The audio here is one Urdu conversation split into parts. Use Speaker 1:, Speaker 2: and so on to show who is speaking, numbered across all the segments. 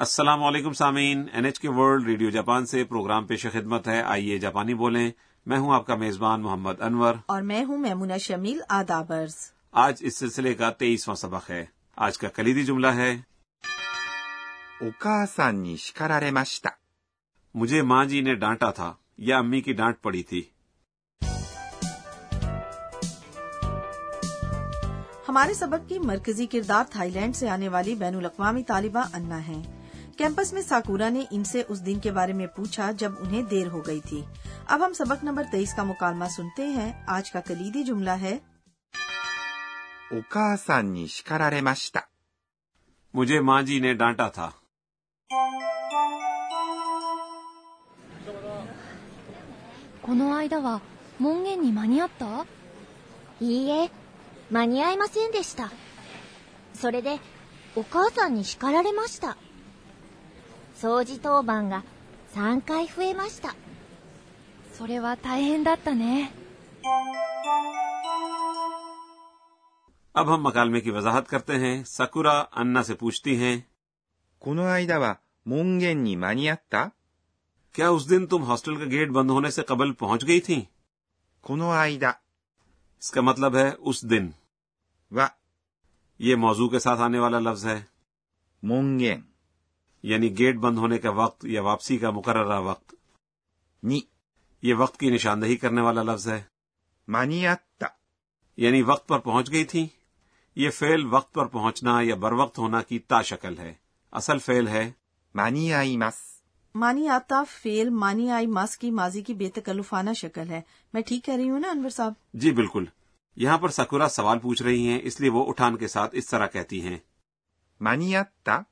Speaker 1: السلام علیکم سامعین N H K world radio Japan سے پروگرام پیش خدمت ہے آئیے جاپانی بولیں میں ہوں آپ کا میزبان محمد انور
Speaker 2: اور میں ہوں میمونہ شمیل آدابرز
Speaker 1: آج اس سلسلے کا تیئیسواں سبق ہے آج کا کلیدی جملہ ہے
Speaker 3: お母さんに叱られました。
Speaker 1: مجھے ماں جی نے ڈانٹا تھا یا امی کی ڈانٹ پڑی تھی
Speaker 2: ہمارے سبق کی مرکزی کردار تھائی لینڈ سے آنے والی بین الاقوامی طالبہ انا ہیں کیمپس میں ساکورا نے ان سے اس دن کے بارے میں پوچھا جب انہیں دیر ہو گئی تھی اب ہم سبق نمبر تیئیس کا مکالمہ سنتے ہیں آج کا کلیدی جملہ ہے
Speaker 3: お母さんに叱られました。
Speaker 1: مجھے ماں جی نے ڈانٹا تھا
Speaker 4: 「この間は門限に間に合った
Speaker 5: いいえ、間に合いませんでした。それで、お母さんに叱られました。掃除当番が3回増えました。
Speaker 4: それは大変だったね」
Speaker 1: اب ہم مکالمے کی وضاحت کرتے ہیں سکورا انا سے پوچھتی ہیں
Speaker 3: この間は門限に間に合った
Speaker 1: کیا اس دن تم ہاسٹل کا گیٹ بند ہونے سے قبل پہنچ گئی تھی
Speaker 3: この間
Speaker 1: اس کا مطلب ہے اس دن
Speaker 3: は
Speaker 1: یہ موضوع کے ساتھ آنے والا لفظ ہے
Speaker 3: 門限
Speaker 1: یعنی گیٹ بند ہونے کا وقت یا واپسی کا مقررہ وقت
Speaker 3: に
Speaker 1: یہ وقت کی نشاندہی کرنے والا لفظ ہے
Speaker 3: 間に合った。
Speaker 1: یعنی وقت پر پہنچ گئی تھی یہ فعل وقت پر پہنچنا یا بر وقت ہونا کی تا شکل ہے اصل فعل ہے
Speaker 3: 間に合います。
Speaker 2: مانی آتا فیل مانی آئی ماس کی ماضی کی بے تکلفانہ شکل ہے میں ٹھیک کہہ رہی ہوں نا انور صاحب
Speaker 1: جی بالکل یہاں پر سکورا سوال پوچھ رہی ہیں اس لیے وہ اٹھان کے ساتھ اس طرح کہتی ہیں
Speaker 3: 間に合った。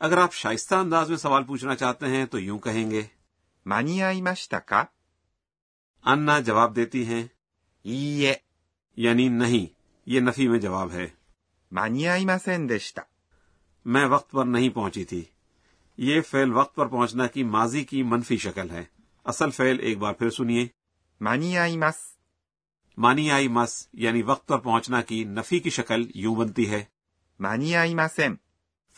Speaker 1: اگر آپ شائستہ انداز میں سوال پوچھنا چاہتے ہیں تو یوں کہیں گے
Speaker 3: 間に合いましたか
Speaker 1: انا جواب دیتی ہیں
Speaker 3: いいえ、
Speaker 1: یعنی نہیں یہ نفی میں جواب ہے
Speaker 3: 間に合いませんでした。
Speaker 1: میں وقت پر نہیں پہنچی تھی یہ فعل وقت پر پہنچنا کی ماضی کی منفی شکل ہے اصل فعل ایک بار پھر سنیے
Speaker 3: 間に合います。
Speaker 1: مانی آئی مس یعنی وقت پر پہنچنا کی نفی کی شکل یوں بنتی ہے
Speaker 3: 間に合いません。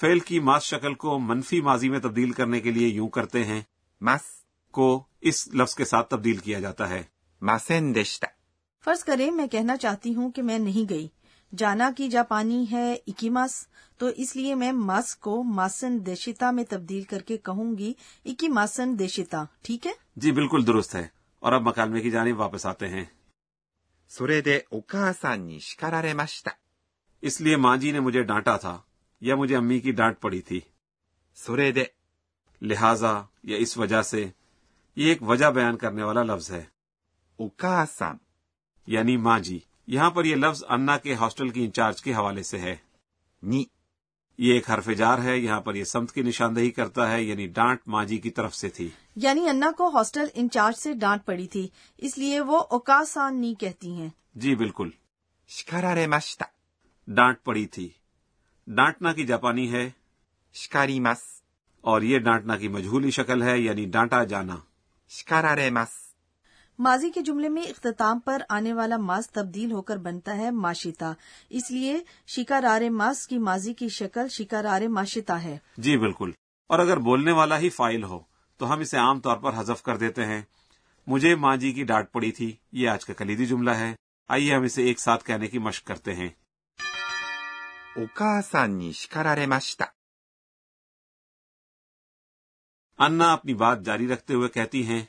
Speaker 1: فعل کی ماس شکل کو منفی ماضی میں تبدیل کرنے کے لیے یوں کرتے ہیں
Speaker 3: ます。
Speaker 1: کو اس لفظ کے ساتھ تبدیل کیا جاتا ہے
Speaker 3: ませんでした。
Speaker 2: فرض کریں میں کہنا چاہتی ہوں کہ میں نہیں گئی جانا کی جاپانی ہے اکیماس تو اس لیے میں ماس کو ماسن دیشتا میں تبدیل کر کے کہوں گی اکیماسن دیشتا ٹھیک ہے
Speaker 1: جی بالکل درست ہے اور اب مکالمے کی جانب واپس آتے ہیں
Speaker 3: それでお母さんに叱られました。
Speaker 1: اس لیے ماں جی نے مجھے ڈانٹا تھا یا مجھے امی کی ڈانٹ پڑی تھی
Speaker 3: それで
Speaker 1: لہذا یا اس وجہ سے یہ ایک وجہ بیان کرنے والا لفظ ہے
Speaker 3: お母さん
Speaker 1: یعنی ماں جی یہاں پر یہ لفظ انا کے ہاسٹل کی انچارج کے حوالے سے ہے
Speaker 3: に
Speaker 1: یہ ایک حرف جار ہے یہاں پر یہ سمت کی نشاندہی کرتا ہے یعنی ڈانٹ ماں جی کی طرف سے تھی
Speaker 2: یعنی انا کو ہاسٹل انچارج سے ڈانٹ پڑی تھی اس لیے وہ اوکاسان نی کہتی ہیں
Speaker 1: جی بالکل
Speaker 3: 叱られました。
Speaker 1: ڈانٹ پڑی تھی ڈانٹنا کی جاپانی ہے
Speaker 3: 叱ります。
Speaker 1: اور یہ ڈانٹنا کی مجہولی شکل ہے یعنی ڈانٹا جانا
Speaker 3: 叱られます。
Speaker 2: ماضی کے جملے میں اختتام پر آنے والا ماس تبدیل ہو کر بنتا ہے ماشیتا اس لیے شکارارے ماس کی ماضی کی شکل شکارارے ماشیتا ہے
Speaker 1: جی بالکل اور اگر بولنے والا ہی فائل ہو تو ہم اسے عام طور پر حذف کر دیتے ہیں مجھے ماں جی کی ڈانٹ پڑی تھی یہ آج کا کلیدی جملہ ہے آئیے ہم اسے ایک ساتھ کہنے کی مشق کرتے ہیں
Speaker 3: お母さんに叱られました。
Speaker 1: انا اپنی بات جاری رکھتے ہوئے کہتی ہیں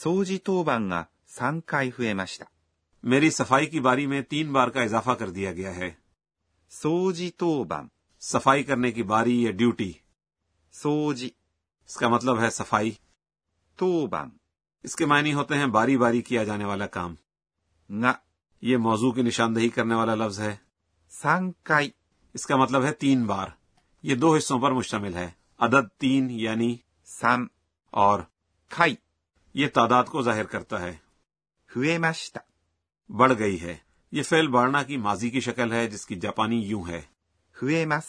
Speaker 3: 掃除当番が3回増えました。
Speaker 1: میری صفائی کی باری میں تین بار کا اضافہ کر دیا گیا ہے
Speaker 3: 掃除当番、
Speaker 1: صفائی کرنے کی باری یا ڈیوٹی
Speaker 3: 掃除、
Speaker 1: اس کا مطلب ہے صفائی
Speaker 3: 当番
Speaker 1: اس کے معنی ہوتے ہیں باری باری کیا جانے والا کام
Speaker 3: が
Speaker 1: یہ موضوع کی نشاندہی کرنے والا لفظ ہے
Speaker 3: 3回、
Speaker 1: اس کا مطلب ہے تین بار یہ دو حصوں پر مشتمل ہے عدد تین یعنی
Speaker 3: 3
Speaker 1: اور
Speaker 3: 回
Speaker 1: یہ تعداد کو ظاہر کرتا ہے
Speaker 3: 増えました。
Speaker 1: بڑھ گئی ہے یہ فعل بڑھنا کی ماضی کی شکل ہے جس کی جاپانی یوں ہے
Speaker 3: 増えます。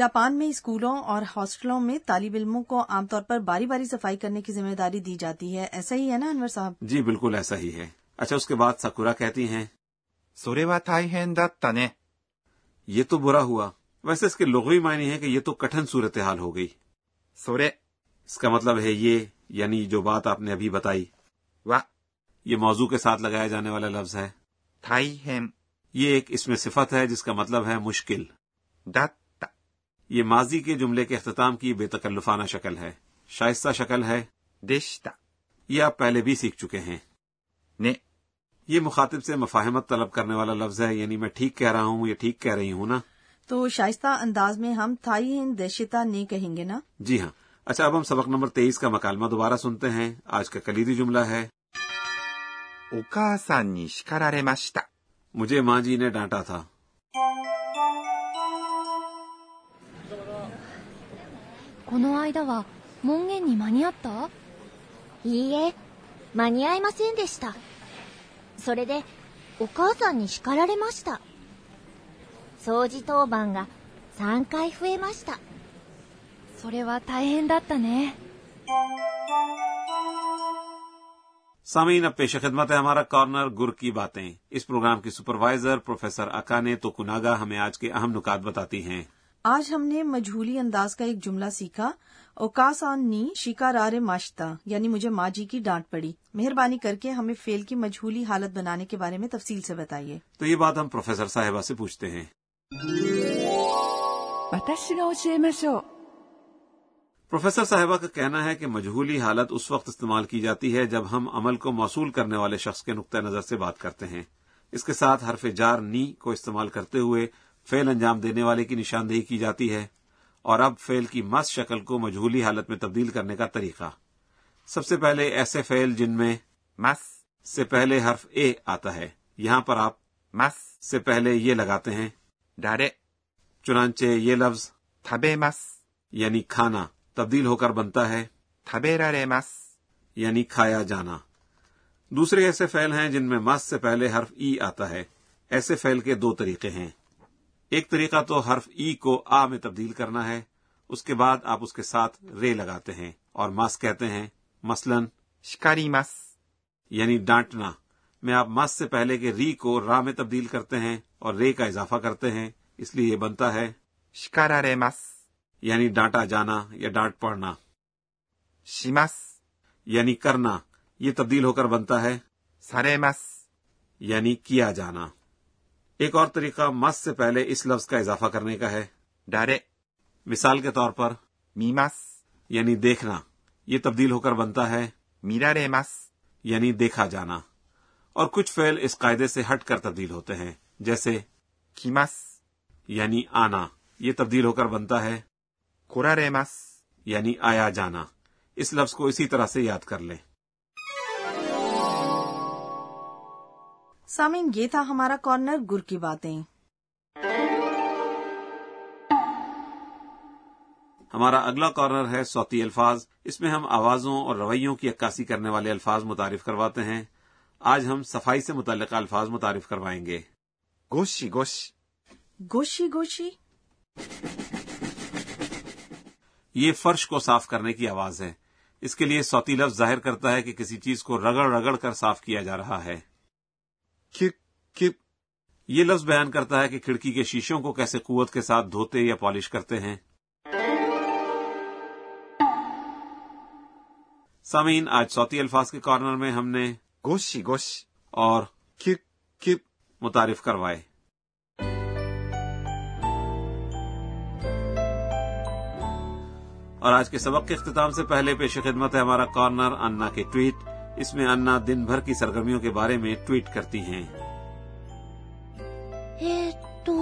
Speaker 2: جاپان میں اسکولوں اور ہاسٹلوں میں طالب علموں کو عام طور پر باری باری صفائی کرنے کی ذمہ داری دی جاتی ہے ایسا ہی ہے نا انور صاحب
Speaker 1: جی بالکل ایسا ہی ہے اچھا اس کے بعد سکورا کہتی ہیں
Speaker 3: それは大変だったね。
Speaker 1: یہ تو برا ہوا ویسے اس کے لغوی معنی ہے کہ یہ تو کٹھن صورتحال ہو گئی
Speaker 3: それ
Speaker 1: اس کا مطلب ہے یہ یعنی جو بات آپ نے ابھی بتائی
Speaker 3: は
Speaker 1: یہ موضوع کے ساتھ لگایا جانے والا لفظ ہے
Speaker 3: 大変
Speaker 1: یہ ایک اس میں صفت ہے جس کا مطلب ہے مشکل
Speaker 3: だった。
Speaker 1: یہ ماضی کے جملے کے اختتام کی بے تکلفانہ شکل ہے شائستہ شکل ہے
Speaker 3: でした。
Speaker 1: یہ آپ پہلے بھی سیکھ چکے ہیں
Speaker 3: ね。
Speaker 1: یہ مخاطب سے مفاہمت طلب کرنے والا لفظ ہے یعنی میں ٹھیک کہہ رہا ہوں یا ٹھیک کہہ رہی ہوں نا
Speaker 2: تو شائستہ انداز میں ہم تھائی ہند دیشتا نے کہیں گے نا
Speaker 1: جی ہاں اچھا اب ہم سبق نمبر تیئیس کا مکالمہ دوبارہ سنتے ہیں آج کا کلیدی جملہ ہے
Speaker 3: お母さんに叱られました。
Speaker 1: مجھے ماں جی نے ڈانٹا تھا
Speaker 4: この間は門限に間に合った
Speaker 5: いいえ、間に合いませんでした。それで、お母さんに叱られました。掃除当番が3回増えました。
Speaker 4: それは大変だったね。
Speaker 1: سامعین اب پیش خدمت ہے ہمارا کارنر گر کی باتیں اس پروگرام کی سپروائزر پروفیسر اکانے تو کناگا ہمیں آج کے اہم نکات بتاتی ہیں
Speaker 2: آج ہم نے مجھولی انداز کا ایک جملہ سیکھا اوکاسان نی شکارارے ماشتا یعنی مجھے ماں جی کی ڈانٹ پڑی مہربانی کر کے ہمیں فیل کی مجھولی حالت بنانے کے بارے میں تفصیل سے بتائیے
Speaker 1: تو یہ بات ہم پروفیسر صاحبہ سے پوچھتے ہیں
Speaker 6: 私が教えましょう
Speaker 1: پروفیسر صاحبہ کا کہنا ہے کہ مجہولی حالت اس وقت استعمال کی جاتی ہے جب ہم عمل کو موصول کرنے والے شخص کے نقطہ نظر سے بات کرتے ہیں اس کے ساتھ حرف جار نی کو استعمال کرتے ہوئے فعل انجام دینے والے کی نشاندہی کی جاتی ہے اور اب فعل کی مس شکل کو مجہولی حالت میں تبدیل کرنے کا طریقہ سب سے پہلے ایسے فعل جن میں
Speaker 3: ます、
Speaker 1: سے پہلے حرف اے آتا ہے یہاں پر آپ
Speaker 3: ます、
Speaker 1: سے پہلے یہ لگاتے ہیں
Speaker 3: られ、
Speaker 1: چنانچہ یہ لفظ
Speaker 3: 食べます、
Speaker 1: یعنی کھانا تبدیل ہو کر بنتا ہے
Speaker 3: 食べられます、
Speaker 1: یعنی کھایا جانا دوسرے ایسے فعل ہیں جن میں مس سے پہلے حرف ای آتا ہے ایسے فعل کے دو طریقے ہیں ایک طریقہ تو حرف ای کو آ میں تبدیل کرنا ہے اس کے بعد آپ اس کے ساتھ رے لگاتے ہیں اور مس کہتے ہیں مثلا
Speaker 3: 叱ります、
Speaker 1: یعنی ڈانٹنا میں آپ مس سے پہلے کے ری کو را میں تبدیل کرتے ہیں اور رے کا اضافہ کرتے ہیں اس لیے یہ بنتا ہے
Speaker 3: 叱られます、
Speaker 1: یعنی ڈانٹا جانا یا ڈانٹ پڑنا
Speaker 3: します、
Speaker 1: یعنی کرنا یہ تبدیل ہو کر بنتا ہے
Speaker 3: されます、
Speaker 1: یعنی کیا جانا ایک اور طریقہ مس سے پہلے اس لفظ کا اضافہ کرنے کا ہے
Speaker 3: られ、
Speaker 1: مثال کے طور پر
Speaker 3: 見ます、
Speaker 1: یعنی دیکھنا یہ تبدیل ہو کر بنتا ہے
Speaker 3: 見られます、
Speaker 1: یعنی دیکھا جانا اور کچھ فعل اس قاعدے سے ہٹ کر تبدیل ہوتے ہیں جیسے
Speaker 3: 来ます、
Speaker 1: یعنی آنا یہ تبدیل ہو کر بنتا ہے
Speaker 3: 来られます、
Speaker 1: یعنی آیا جانا اس لفظ کو اسی طرح سے یاد کر لیں
Speaker 2: سامعین یہ تھا ہمارا کارنر گر کی باتیں
Speaker 1: ہمارا اگلا کارنر ہے صوتی الفاظ اس میں ہم آوازوں اور رویوں کی عکاسی کرنے والے الفاظ متعارف کرواتے ہیں آج ہم صفائی سے متعلقہ الفاظ متعارف کروائیں گے
Speaker 3: ごしごし、
Speaker 2: گوشی گوشی
Speaker 1: یہ فرش کو صاف کرنے کی آواز ہے اس کے لیے صوتی لفظ ظاہر کرتا ہے کہ کسی چیز کو رگڑ رگڑ کر صاف کیا جا رہا ہے
Speaker 3: キュッキュッ、
Speaker 1: یہ لفظ بیان کرتا ہے کہ کھڑکی کے شیشوں کو کیسے قوت کے ساتھ دھوتے یا پالش کرتے ہیں سامعین آج صوتی الفاظ کے کارنر میں ہم نے
Speaker 3: ごしごし、
Speaker 1: اور
Speaker 3: キュッキュッ、
Speaker 1: متعارف کروائے اور آج کے سبق کے اختتام سے پہلے پیش خدمت ہے ہمارا کارنر انا کے ٹویٹ اس میں انا دن بھر کی سرگرمیوں کے بارے میں ٹویٹ کرتی ہیں
Speaker 4: えーっと、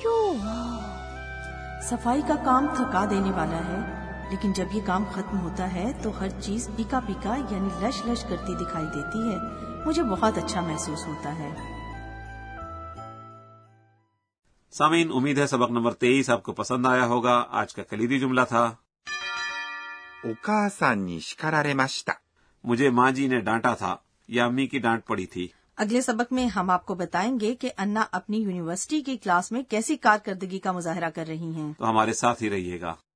Speaker 4: 今日は、
Speaker 2: صفائی کا کام تھکا دینے والا ہے لیکن جب یہ کام ختم ہوتا ہے تو ہر چیز پیکا پیکا یعنی لش لش کرتی دکھائی دیتی ہے مجھے بہت اچھا محسوس ہوتا ہے
Speaker 1: سامعین امید ہے سبق نمبر تیئیس آپ کو پسند آیا ہوگا آج کا کلیدی جملہ تھا
Speaker 3: お母さんに叱られました。
Speaker 1: مجھے ماں جی نے ڈانٹا تھا یا امی کی ڈانٹ پڑی تھی
Speaker 2: اگلے سبق میں ہم آپ کو بتائیں گے کہ انا اپنی یونیورسٹی کی کلاس میں کیسی کارکردگی کا مظاہرہ کر رہی ہیں
Speaker 1: تو ہمارے ساتھ ہی رہیے گا